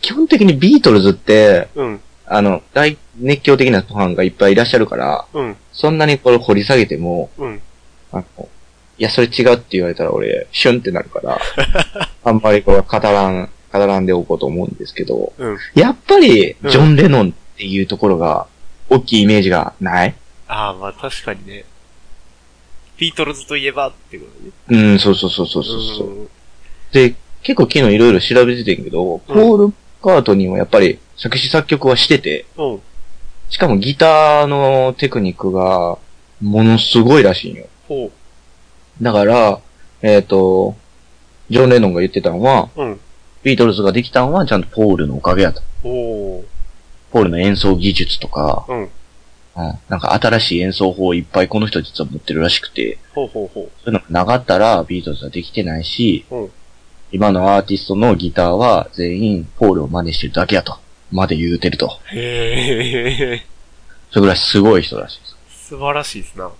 Speaker 2: 基本的にビートルズって、
Speaker 1: う。うん、
Speaker 2: あの、大熱狂的なファンがいっぱいいらっしゃるから、
Speaker 1: うん、
Speaker 2: そんなにこれ掘り下げても、
Speaker 1: うん。
Speaker 2: あの、いや、それ違うって言われたら俺、シュンってな るから、あんまりこれは語らん、語らんでおこうと思うんですけど、
Speaker 1: うん
Speaker 2: やっぱり、
Speaker 1: うん
Speaker 2: ジョン・レノンっていうところが、大きいイメージがない
Speaker 1: ああ、まあ確かにね。ビートルズといえばってことね。
Speaker 2: うん、そうそうそうそうそうそう、
Speaker 1: うん
Speaker 2: で、結構昨日いろいろ調べててんけど、ポール・カートニーもやっぱり作詞作曲はしてて、
Speaker 1: うん。
Speaker 2: しかもギターのテクニックが、ものすごいらしいんよ。
Speaker 1: ほ
Speaker 2: だから、えっ、と、ジョン・レノンが言ってたのは、
Speaker 1: う。うん。
Speaker 2: ビートルズができたのはちゃんとポールのおかげやと。
Speaker 1: おー。
Speaker 2: ポールの演奏技術とか、
Speaker 1: うん。
Speaker 2: うん、なんか新しい演奏法をいっぱいこの人実は持ってるらしくて、
Speaker 1: ほうほうほ
Speaker 2: そういうのがなかったらビートルズはできてないし、
Speaker 1: うん
Speaker 2: 今のアーティストのギターは全員ポールを真似してるだけやと、まで言うてると。
Speaker 1: う。へえ。
Speaker 2: それぐらいすごい人らしいです。
Speaker 1: 素晴らしいですな。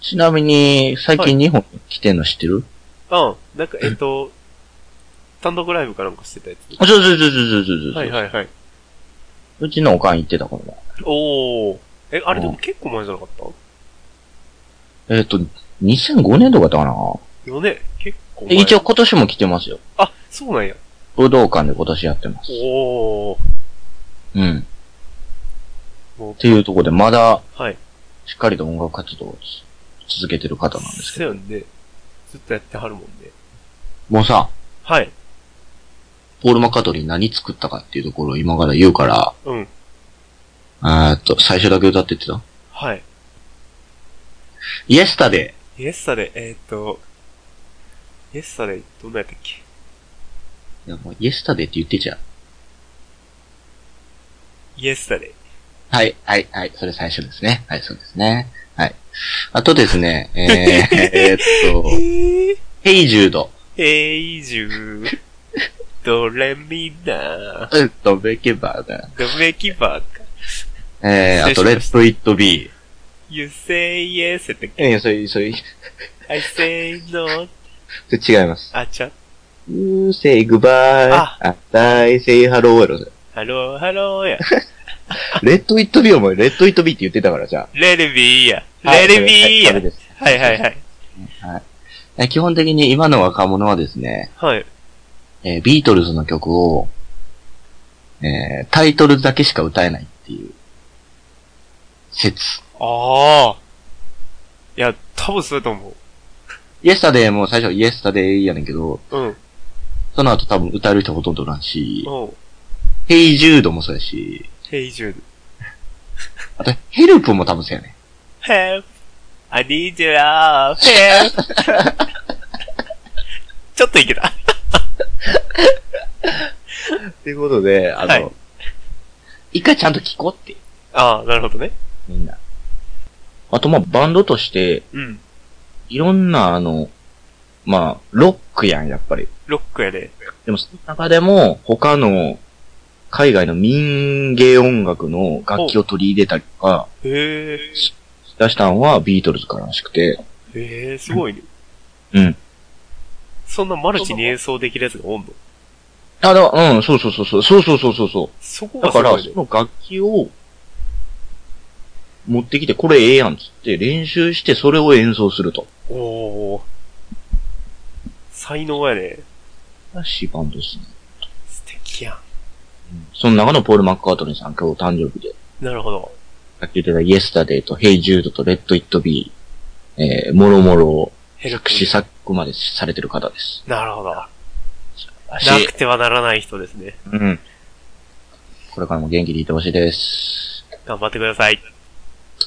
Speaker 2: ちなみに、最
Speaker 1: はい
Speaker 2: 近日本に来てんの知ってる、
Speaker 1: うん。なんか、えっ と、単独ライブかなんかしてたやつ。
Speaker 2: あ、そうそうそうそうそうそう、
Speaker 1: はいはいはい。
Speaker 2: うちのおかん行ってたからな。
Speaker 1: おー。え、あれでも結構前じゃなかった
Speaker 2: えっ、と、2005年とかだったかな
Speaker 1: よね。結構前。
Speaker 2: 一応。今年も来てますよ。
Speaker 1: あ、そうなんや。
Speaker 2: 武道館で今年やってます。
Speaker 1: おー。
Speaker 2: うん。っ
Speaker 1: もう
Speaker 2: ていうところで、まだ、
Speaker 1: はい。
Speaker 2: しっかりと音楽活動を続けてる方なんですけ
Speaker 1: そうやんね。ずっとやってはるもんね。
Speaker 2: ど。もうさ、
Speaker 1: はい。
Speaker 2: ポール・マッカートリー何作ったかっていうところを今から言うから、
Speaker 1: うん。
Speaker 2: あーっと、最初だけ歌ってってた
Speaker 1: はい。
Speaker 2: イエスタデ
Speaker 1: イエスタで、えーっと、イエスタで、どんなやったっけ
Speaker 2: イ。いや、もうイエスタデイって言ってちゃう。
Speaker 1: イエスタで。
Speaker 2: はい、はい、はい、それ最初ですね。はい、そうですね。はい。あとですね、 えー、えーっ
Speaker 1: え
Speaker 2: と、
Speaker 1: ー、
Speaker 2: ヘイジュード。
Speaker 1: えいじゅー。ドレミナー。
Speaker 2: うんと、ベケバーだ。
Speaker 1: ドメキバーか。
Speaker 2: えー、あと、レッド・イット・ビー。
Speaker 1: You say yes やったっけ
Speaker 2: え、それ、それ、
Speaker 1: I say no.
Speaker 2: 違います。
Speaker 1: あちゃ。
Speaker 2: You say goodbye,
Speaker 1: あ
Speaker 2: I say hello やろ。
Speaker 1: ハローハローや。
Speaker 2: レッド・イット・ビーお前、レッド・イット・ビーって言ってたから、じゃ
Speaker 1: レルビーや。
Speaker 2: あ。
Speaker 1: レルビーや
Speaker 2: はいそれ。です
Speaker 1: はいはいはい。
Speaker 2: え基本的に今の若者はですね、
Speaker 1: はい。
Speaker 2: えービートルズの曲を、えータイトルだけしか歌えないっていう、説。
Speaker 1: ああ。いや、多分そうやと思
Speaker 2: イエスタデーも最初はイエスタデーやねんけど、
Speaker 1: う。うん。
Speaker 2: その後多分歌える人ほとんどおらんし、
Speaker 1: おう。
Speaker 2: ヘイジュードもそうやし、
Speaker 1: ヘイジュー
Speaker 2: あとヘルプも多分そうやね
Speaker 1: ド。Help! I need your love! Help! ちょっといけた。
Speaker 2: ん。ということで、あの、
Speaker 1: はい
Speaker 2: 一回ちゃんと聞こうって、
Speaker 1: ああ、なるほどね。
Speaker 2: みんな。あとまあバンドとして、
Speaker 1: うん。
Speaker 2: いろんなあの、まあ、ロックやん、やっぱり。
Speaker 1: ロックやで。
Speaker 2: でも、その中でも、他の、海外の民芸音楽の楽器を取り入れたりとか、
Speaker 1: へえ。
Speaker 2: 出したんはビートルズかららしくて、
Speaker 1: へえ、すごいね。
Speaker 2: うん。
Speaker 1: そんなマルチに演奏できるやつがおんの
Speaker 2: あ、だからうん、そうそうそうそう、そうそうそうそうそ。
Speaker 1: そうこ
Speaker 2: だ
Speaker 1: が
Speaker 2: か
Speaker 1: す
Speaker 2: ら、
Speaker 1: ご
Speaker 2: そ
Speaker 1: いね。
Speaker 2: の楽器を、持ってきて、これええやんっつって、練習してそれを演奏すると。
Speaker 1: おお。才能やね。
Speaker 2: シーバンドですね。
Speaker 1: 素敵や
Speaker 2: その中のポール・マッカートニーさん、今日誕生日で、
Speaker 1: ん。なるほど。
Speaker 2: さっき言ってたイエスタデーとヘイジュードとレッド・イット・ビー、えー、もろもろ、
Speaker 1: ヘルク
Speaker 2: 作詞作曲までされてる方です。
Speaker 1: なるほど。な
Speaker 2: らしい
Speaker 1: くてはならない人ですね。
Speaker 2: うん。これからも元気でいてほしいです。
Speaker 1: 頑張ってください。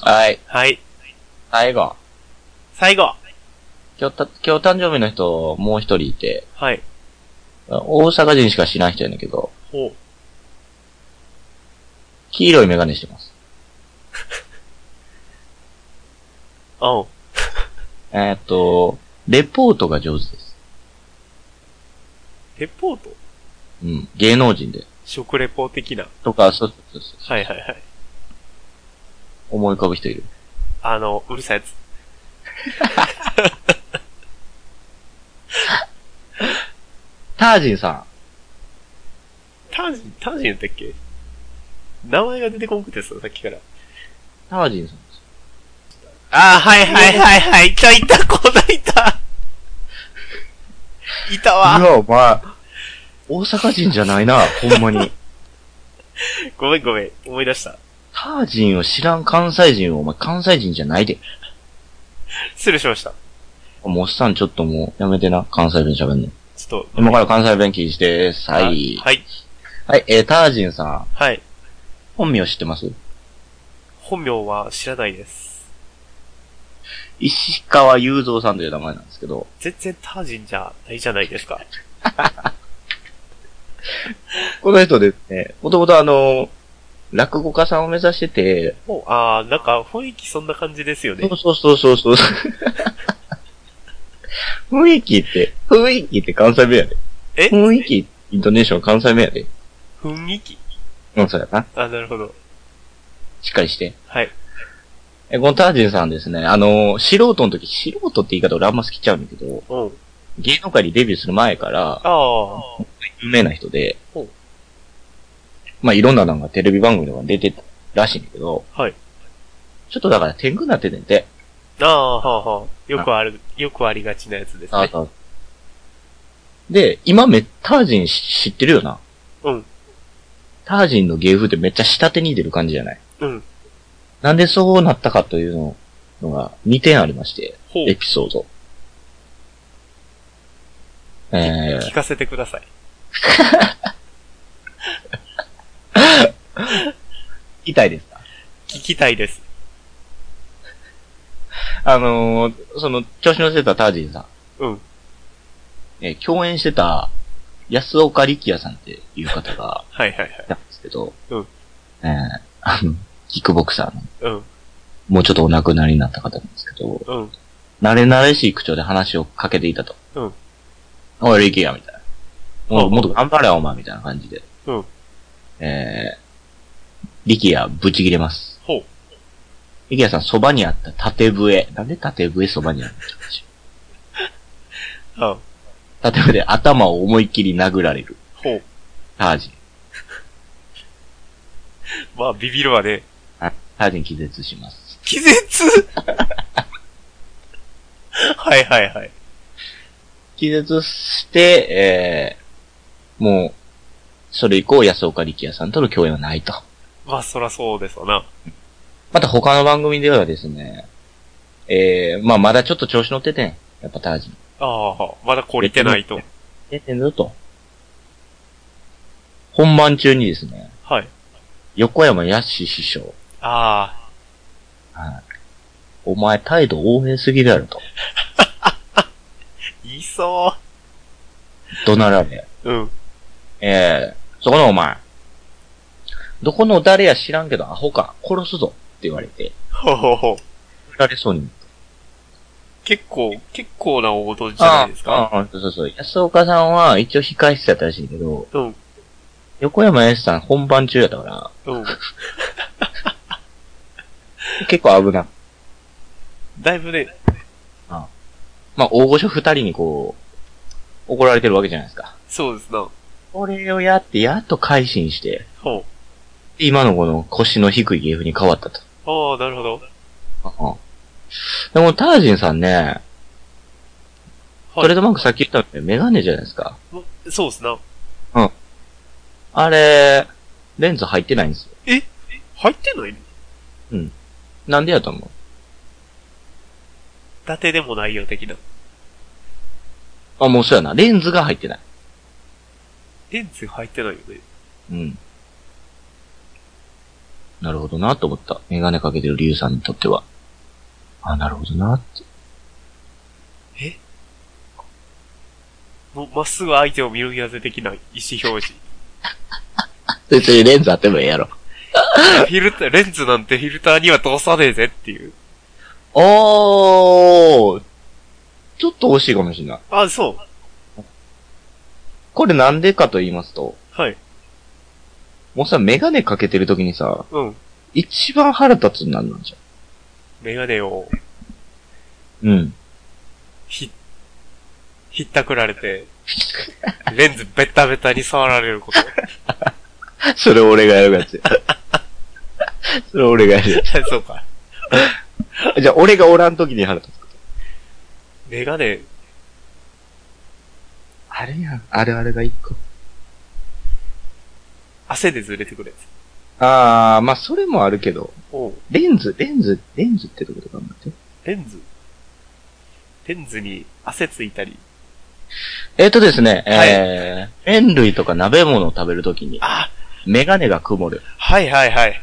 Speaker 2: はい。
Speaker 1: はい。
Speaker 2: 最後。
Speaker 1: 最後。
Speaker 2: 今日た、今日誕生日の人、もう一人いて、
Speaker 1: はい。
Speaker 2: 大阪人しか知らん人やねんけど、
Speaker 1: ほう。
Speaker 2: 黄色いメガネしてます。
Speaker 1: あん。
Speaker 2: えーっと、レポートが上手です。
Speaker 1: レポート
Speaker 2: うん。芸能人で。
Speaker 1: 食レポ的な。
Speaker 2: とか、そう、そうそう
Speaker 1: はいはいはい。
Speaker 2: 思い浮かぶ人いる。
Speaker 1: あの、うるさいやつ。
Speaker 2: タージンさ
Speaker 1: タージン、タージンやったっけ名前が出てこんくてさ、さっきから。
Speaker 2: ん。タージンさんです。
Speaker 1: あー、はいはいはいはい。いたいた、こないた。 いたわ。
Speaker 2: お前。大阪人じゃない な、ほんまに。
Speaker 1: ごめんごめん。思い出した。
Speaker 2: タージンを知らん関西人を、お前関西人じゃないで。
Speaker 1: 失礼しました。
Speaker 2: もうおっさんちょっともう、やめてな、関西弁喋んの。
Speaker 1: ちょっと。
Speaker 2: 今から関西弁禁止です。はい。
Speaker 1: はい。
Speaker 2: はい、えー、タージンさん、
Speaker 1: はい。
Speaker 2: 本名知ってます
Speaker 1: 本名は知らないです。
Speaker 2: 石川雄三さんという名前なんですけど、
Speaker 1: 全然タージンじゃないじゃないですか。
Speaker 2: この人ですね、もともとあの、落語家さんを目指してて、
Speaker 1: もう、あー、なんか雰囲気そんな感じですよね。
Speaker 2: そうそうそうそうそう。 雰囲気って、雰囲気って関西弁やで。
Speaker 1: え
Speaker 2: 雰囲気、イントネーション関西弁やで。
Speaker 1: 雰囲気
Speaker 2: うん、そうやな。
Speaker 1: あ、なるほど。
Speaker 2: しっかりして。
Speaker 1: はい。
Speaker 2: え、このタージンさんですね、あの、素人の時、素人って言い方俺あんま好きちゃうんだけど、
Speaker 1: うん。
Speaker 2: 芸能界にデビューする前から、
Speaker 1: あー。
Speaker 2: 有名な人で
Speaker 1: ほう、
Speaker 2: まあいろんななんかテレビ番組とかに出てたらしいんだけど、
Speaker 1: はい。
Speaker 2: ちょっとだから天狗になっててんて、
Speaker 1: あー、はあはあ。よくある、よくありがちなやつですね。
Speaker 2: で、今め、タージン知ってるよな。
Speaker 1: うん。
Speaker 2: タージンの芸風ってめっちゃ下手に出る感じじゃない
Speaker 1: うん。
Speaker 2: なんでそうなったかというののが2点ありまして、
Speaker 1: ほう
Speaker 2: エ。ピソード。え
Speaker 1: 聞かせてください。
Speaker 2: ー、痛いですか
Speaker 1: 聞きたいです。
Speaker 2: あのー、その、調子乗せてたタージンさん、
Speaker 1: うん。
Speaker 2: えー共演してた安岡力也さんっていう方が、
Speaker 1: はいはいはい。
Speaker 2: なんですけど、
Speaker 1: うん
Speaker 2: えーあの、キックボクサー
Speaker 1: う
Speaker 2: の、
Speaker 1: ん。
Speaker 2: もうちょっとお亡くなりになった方なんですけど、
Speaker 1: うん。
Speaker 2: 慣れ慣れしい口調で話をかけていたと。
Speaker 1: うん
Speaker 2: おい、力也、みたいな。も
Speaker 1: う
Speaker 2: う、
Speaker 1: ん
Speaker 2: もっと頑張れよ、お前、みたいな感じで。
Speaker 1: うん。
Speaker 2: えー、力也、ぶち切れます。
Speaker 1: ほう。
Speaker 2: 力也さん、そばにあった縦笛。なんで縦笛そばにあったんでし
Speaker 1: う
Speaker 2: ょ
Speaker 1: ん。
Speaker 2: う縦笛で頭を思いっきり殴られる。
Speaker 1: ほう。
Speaker 2: タージン。
Speaker 1: まあ、ビビるわね。
Speaker 2: あタージン気絶します。
Speaker 1: 気 絶はいはいはい。
Speaker 2: 気絶して、えー、もう、それ以降、安岡力也さんとの共演はないと。
Speaker 1: まあ、そらそうですわな。
Speaker 2: また他の番組ではですね、えー、まあまだちょっと調子乗っててん。やっぱタージン。
Speaker 1: ああ、まだ懲りてないと。
Speaker 2: 出てんぞと。本番中にですね、
Speaker 1: はい。
Speaker 2: 横山やし師匠、
Speaker 1: あ
Speaker 2: はいお前態度応変すぎであると。
Speaker 1: あ、言いそ
Speaker 2: 怒鳴られ。
Speaker 1: う。うん。
Speaker 2: えー、そこのお前、どこの誰や知らんけどアホか、殺すぞって言われて、
Speaker 1: ほうほうほう。
Speaker 2: 振られそうに
Speaker 1: 結構、結構な大事じゃないですか。
Speaker 2: あああそうそうそう。安岡さんは一応控え室やったらしいけど、
Speaker 1: うん。
Speaker 2: 横山やしさん本番中やったから、
Speaker 1: うん。
Speaker 2: 結構危ない。
Speaker 1: だいぶね、
Speaker 2: まあ、大御所二人にこう、怒られてるわけじゃないですか。
Speaker 1: そうですな。
Speaker 2: これをやって、やっと改心して、
Speaker 1: ほ
Speaker 2: 今のこの腰の低い芸風に変わったと。
Speaker 1: う。ああ、なるほど。
Speaker 2: うんでも、タージンさんね、
Speaker 1: はい
Speaker 2: トレードマークさっき言ったメガネじゃないですか。
Speaker 1: そうっすな。
Speaker 2: あれ、レンズ入ってないんですよ。
Speaker 1: え入ってない伊
Speaker 2: なんでやと思う
Speaker 1: 達でもないよ、的な。
Speaker 2: あ、もうそうやな。レンズが入ってない。
Speaker 1: レンズ入ってないよね。
Speaker 2: うん。なるほどなと思った。メガネかけてるリュウさんにとっては。あ、なるほどなって。
Speaker 1: もうまっすぐ相手を見るんやぜ、的な意思表示。
Speaker 2: 別にレンズあってもええやろ。
Speaker 1: フィルター、レンズなんてフィルターには通さねえぜっていう。
Speaker 2: おーちょっと惜しいかもしれない。
Speaker 1: あ、そう。
Speaker 2: これなんでかと言いますと、
Speaker 1: はい。
Speaker 2: もうさ、メガネかけてる時にさ、
Speaker 1: うん。
Speaker 2: 一番腹立つになるんじゃ
Speaker 1: メガネを、
Speaker 2: ん。うん。
Speaker 1: ひ、ひったくられて、レンズベタベタに触られる こと。
Speaker 2: それ俺がやるやつや。 それ俺がやるや
Speaker 1: そうか。
Speaker 2: つ。じゃあ俺がおらん時に腹立つ。
Speaker 1: メガネ、
Speaker 2: あれやん。あれあれが一個。
Speaker 1: 汗でずれてくるや
Speaker 2: あー、まあそれもあるけど、
Speaker 1: つ。おう
Speaker 2: レンズ、レンズ、レンズってとこで頑張って。
Speaker 1: レンズレンズに汗ついたり。
Speaker 2: えっ、とですね、
Speaker 1: はい
Speaker 2: えー、麺類とか鍋物を食べるときに、
Speaker 1: あ
Speaker 2: メガネが曇る。
Speaker 1: はいはいはい。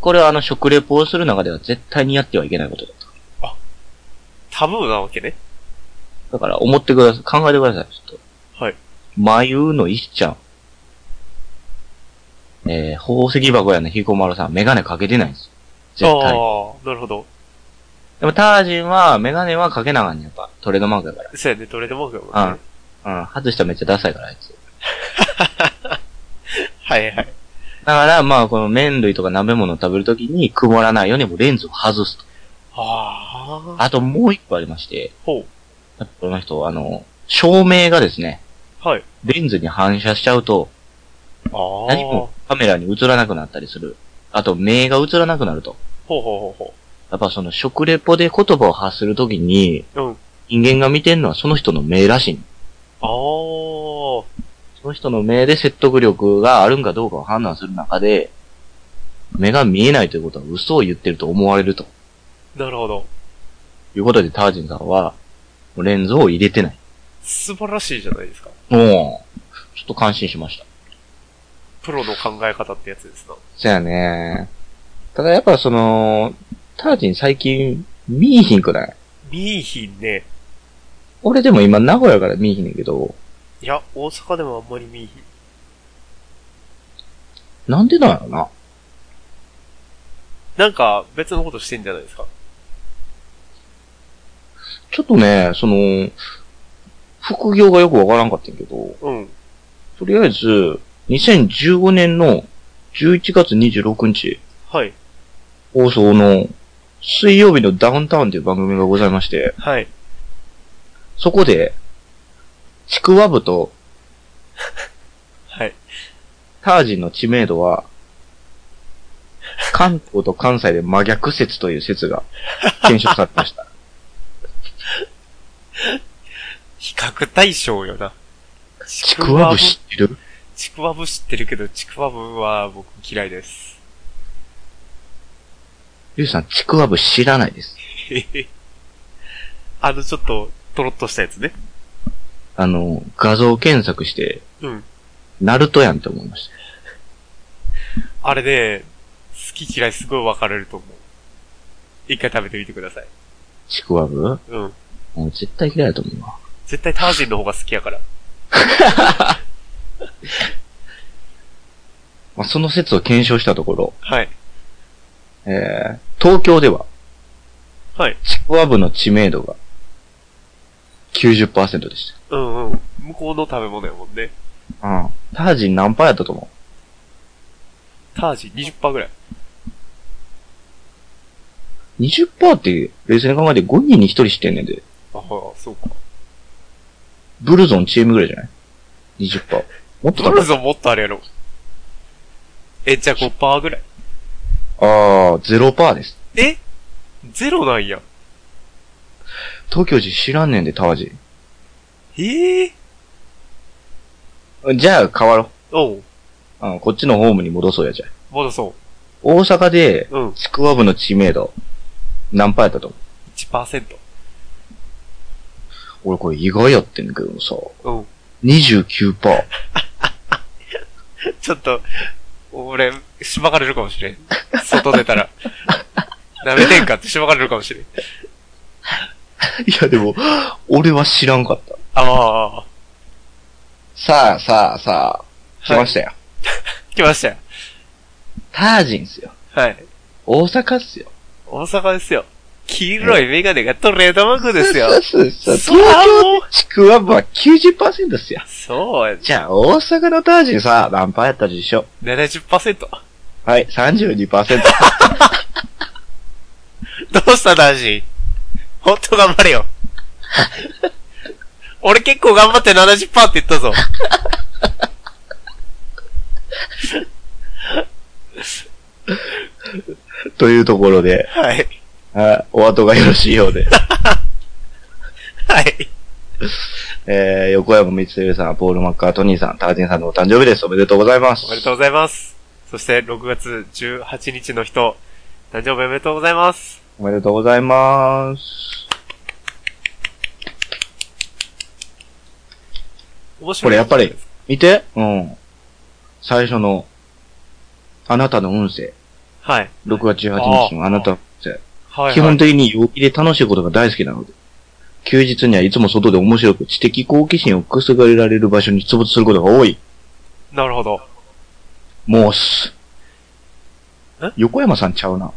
Speaker 2: これはあの食レポをする中では絶対にやってはいけないことだと。
Speaker 1: タブーなわけね。
Speaker 2: だから思ってください。考えてください。ちょっと。
Speaker 1: はい。
Speaker 2: 眉の石ちゃん。えー、宝石箱やのひこまるさん、メガネかけてないんですよ。絶対。
Speaker 1: ああ、なるほど。
Speaker 2: でも、タージンは、メガネはかけながんね、やっぱ。トレードマークだか
Speaker 1: そうやね、どれでもよ。
Speaker 2: ら。うん。うん。外したらめっちゃダサいから、あいつ。
Speaker 1: はいはい。
Speaker 2: だから、まあ、この麺類とか鍋物を食べるときに曇らないようにもレンズを外すと。
Speaker 1: ああ。
Speaker 2: あともう一個ありまして、
Speaker 1: ほ
Speaker 2: この人、あの、照明がですね、
Speaker 1: う。はい。
Speaker 2: レンズに反射しちゃうと、
Speaker 1: ああ。ほう
Speaker 2: 何もカメラに映らなくなったりする。あと、目が映らなくなると。
Speaker 1: ほうほうほ
Speaker 2: やっぱその食レポで言葉を発するときに、
Speaker 1: う。うん。
Speaker 2: 人間が見てるのはその人の目らしい。
Speaker 1: ああ。
Speaker 2: その人の目で説得力があるんかどうかを判断する中で、目が見えないということは嘘を言ってると思われると
Speaker 1: なるほど。
Speaker 2: いうことでタージンさんは、レンズを入れてない。
Speaker 1: 素晴らしいじゃないですか。
Speaker 2: もう、ちょっと感心しました。
Speaker 1: プロの考え方ってやつですな。
Speaker 2: そやねただやっぱその、タージン最近、見いひんくない
Speaker 1: 見いひんね。
Speaker 2: 俺でも今名古屋から見いひんねんけど、
Speaker 1: いや、大阪でもあんまり見いひん。
Speaker 2: なんでなんやろな。
Speaker 1: なんか、別のことしてんじゃないですか。
Speaker 2: ちょっとね、その、副業がよくわからんかったんやけど、
Speaker 1: うん。
Speaker 2: とりあえず、2015年の11月26日、
Speaker 1: はい。
Speaker 2: 放送の水曜日のダウンタウンという番組がございまして、
Speaker 1: はい。
Speaker 2: そこで、ちくわぶと
Speaker 1: はい。
Speaker 2: タージンの知名度は、関東と関西で真逆説という説が検証されました。
Speaker 1: 比較対象よな。
Speaker 2: ちくわぶ知ってる
Speaker 1: ちくわぶ知ってるけど、ちくわぶは僕嫌いです。
Speaker 2: ゆうさん、ちくわぶ知らないです。
Speaker 1: あの、ちょっと、とろっとしたやつね。
Speaker 2: あの、画像検索して、
Speaker 1: うん。
Speaker 2: ナルトやんって思いました。
Speaker 1: あれね、好き嫌いすごい分かれると思う。一回食べてみてください。
Speaker 2: ちくわぶ
Speaker 1: うん。
Speaker 2: もう絶対嫌いだと思うわ。
Speaker 1: 絶対タージンの方が好きやから。
Speaker 2: まあ、その説を検証したところ、
Speaker 1: はい。
Speaker 2: えー、東京では、
Speaker 1: はい。
Speaker 2: ちくわぶの知名度が90%でし
Speaker 1: うんうん。向こうの食べ物やもんね。
Speaker 2: た。うん。タージン何パーやったと思
Speaker 1: タージン20%ぐらい。
Speaker 2: う ?20% って冷静に考えて5人に1人してんねんで。
Speaker 1: ああ、そうか。
Speaker 2: ブルゾンチームぐらいじゃない ?20%。もっと
Speaker 1: ブ
Speaker 2: か
Speaker 1: ル
Speaker 2: な
Speaker 1: ゾンもっとあれやろ。え、じゃあ5%ぐらい。
Speaker 2: あー、0%です。
Speaker 1: えゼロなんや。
Speaker 2: 東京人知らんねんで、タージン。
Speaker 1: へえ。
Speaker 2: じゃあ変わろう。
Speaker 1: おう。
Speaker 2: うん、こっちのホームに戻そうや、じゃあ。
Speaker 1: 戻そ
Speaker 2: 大阪で、
Speaker 1: う。うん。
Speaker 2: ちくわぶの知名度、何パーやったと思う
Speaker 1: 1%。
Speaker 2: 俺これ意外やってんだけどさ、
Speaker 1: うん。
Speaker 2: 29%。
Speaker 1: ちょっと、俺、しばかれるかもしれん。外出た ら。舐めてんかってしばかれるかもしれん。
Speaker 2: いやでも、俺は知らんかった。
Speaker 1: ああ、
Speaker 2: さあ、さあ、さあ、来ましたよ。
Speaker 1: 来ましたよ。
Speaker 2: タージンっすよ。
Speaker 1: はい。
Speaker 2: 大阪っすよ。
Speaker 1: 大阪ですよ。黄色いメガネがトレードマークですよ。
Speaker 2: そうそうそう。
Speaker 1: そらもう
Speaker 2: 東京ちくわぶは90%っすよ。
Speaker 1: そうや、
Speaker 2: じゃあ、大阪のタージンさ、何パーやったでしょ
Speaker 1: 70%。
Speaker 2: はい、32%。
Speaker 1: どうした、ダンシーほんと頑張れよ。俺結構頑張って70%って言ったぞ。
Speaker 2: というところで、
Speaker 1: はい。
Speaker 2: あお後がよろしいようで、
Speaker 1: はい。
Speaker 2: えー、横山光輝さん、ポール・マッカートニーさん、タージンさんのお誕生日です。おめでとうございます。
Speaker 1: おめでとうございます。そして、6月18日の人、誕生日おめでとうございます。
Speaker 2: おめでとうございます。
Speaker 1: 面白い。
Speaker 2: これやっぱり、見て。うん。最初の、あなたの運勢。
Speaker 1: はい。
Speaker 2: 6月18日のあなたの運勢。
Speaker 1: はい、はい。
Speaker 2: 基本的に陽気で楽しいことが大好きなので、休日にはいつも外で面白く知的好奇心をくすぐられる場所に出没することが多い。
Speaker 1: なるほど。
Speaker 2: モース
Speaker 1: え。
Speaker 2: 横山さんちゃうな。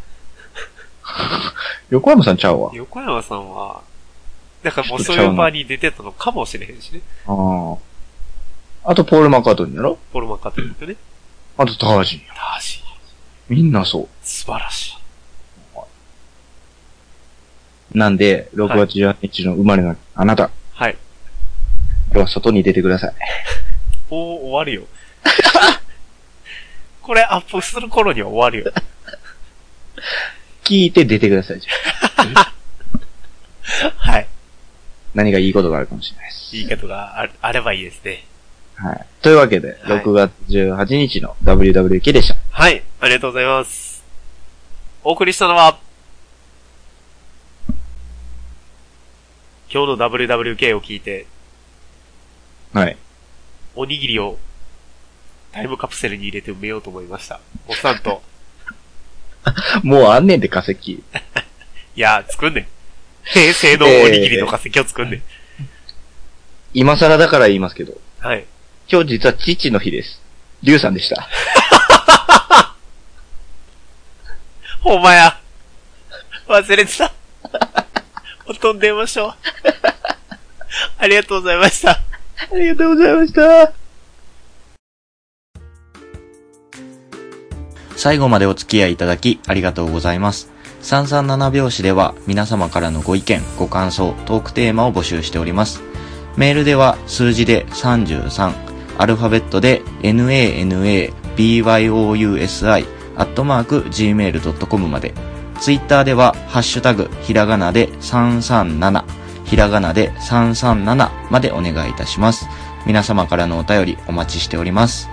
Speaker 2: 横山さんちゃうわ。
Speaker 1: 横山さんは、なんかもうそういう場に出てたのかもしれへんしね。
Speaker 2: ああ。あと、ポール・マカートニーやろ
Speaker 1: ポルマン買ってるとね。
Speaker 2: あと、タージンや。
Speaker 1: ダンシー
Speaker 2: みんなそ
Speaker 1: 素晴らし
Speaker 2: う。なんで、6月18日の生まれのあなた、
Speaker 1: い。はい。
Speaker 2: これは外に出てください。
Speaker 1: もう終わるよ。 これアップする頃には終わるよ。
Speaker 2: 聞いて出てください。じゃあ
Speaker 1: はい。
Speaker 2: 何がいいことがあるかもしれないです。
Speaker 1: いいことがあるあればいいですね。
Speaker 2: はい。というわけで、
Speaker 1: はい
Speaker 2: 6月18日の WWK でした。
Speaker 1: はい。ありがとうございます。お送りしたのは、今日の WWK を聞いて、
Speaker 2: はい。
Speaker 1: おにぎりをタイムカプセルに入れて埋めようと思いました。おっさん と、
Speaker 2: もうあんねんで化石。
Speaker 1: いや、作んねん。平成のおにぎりの化石を作んねん。
Speaker 2: 今更だから言いますけど、
Speaker 1: はい。
Speaker 2: 今日実は父の日です。リュウさんでした。
Speaker 1: ほんまや。忘れて た。ほとんど出ましょう。ありがとうございました。
Speaker 2: ありがとうございました。
Speaker 3: 最後までお付き合いいただきありがとうございます。337拍子では皆様からのご意見、ご感想、トークテーマを募集しております。メールでは数字で33、アルファベットで nanabyousi、アットマーク gmail.com まで。ツイッターではハッシュタグ、ひらがなで337、ひらがなで337までお願いいたします。皆様からのお便りお待ちしております。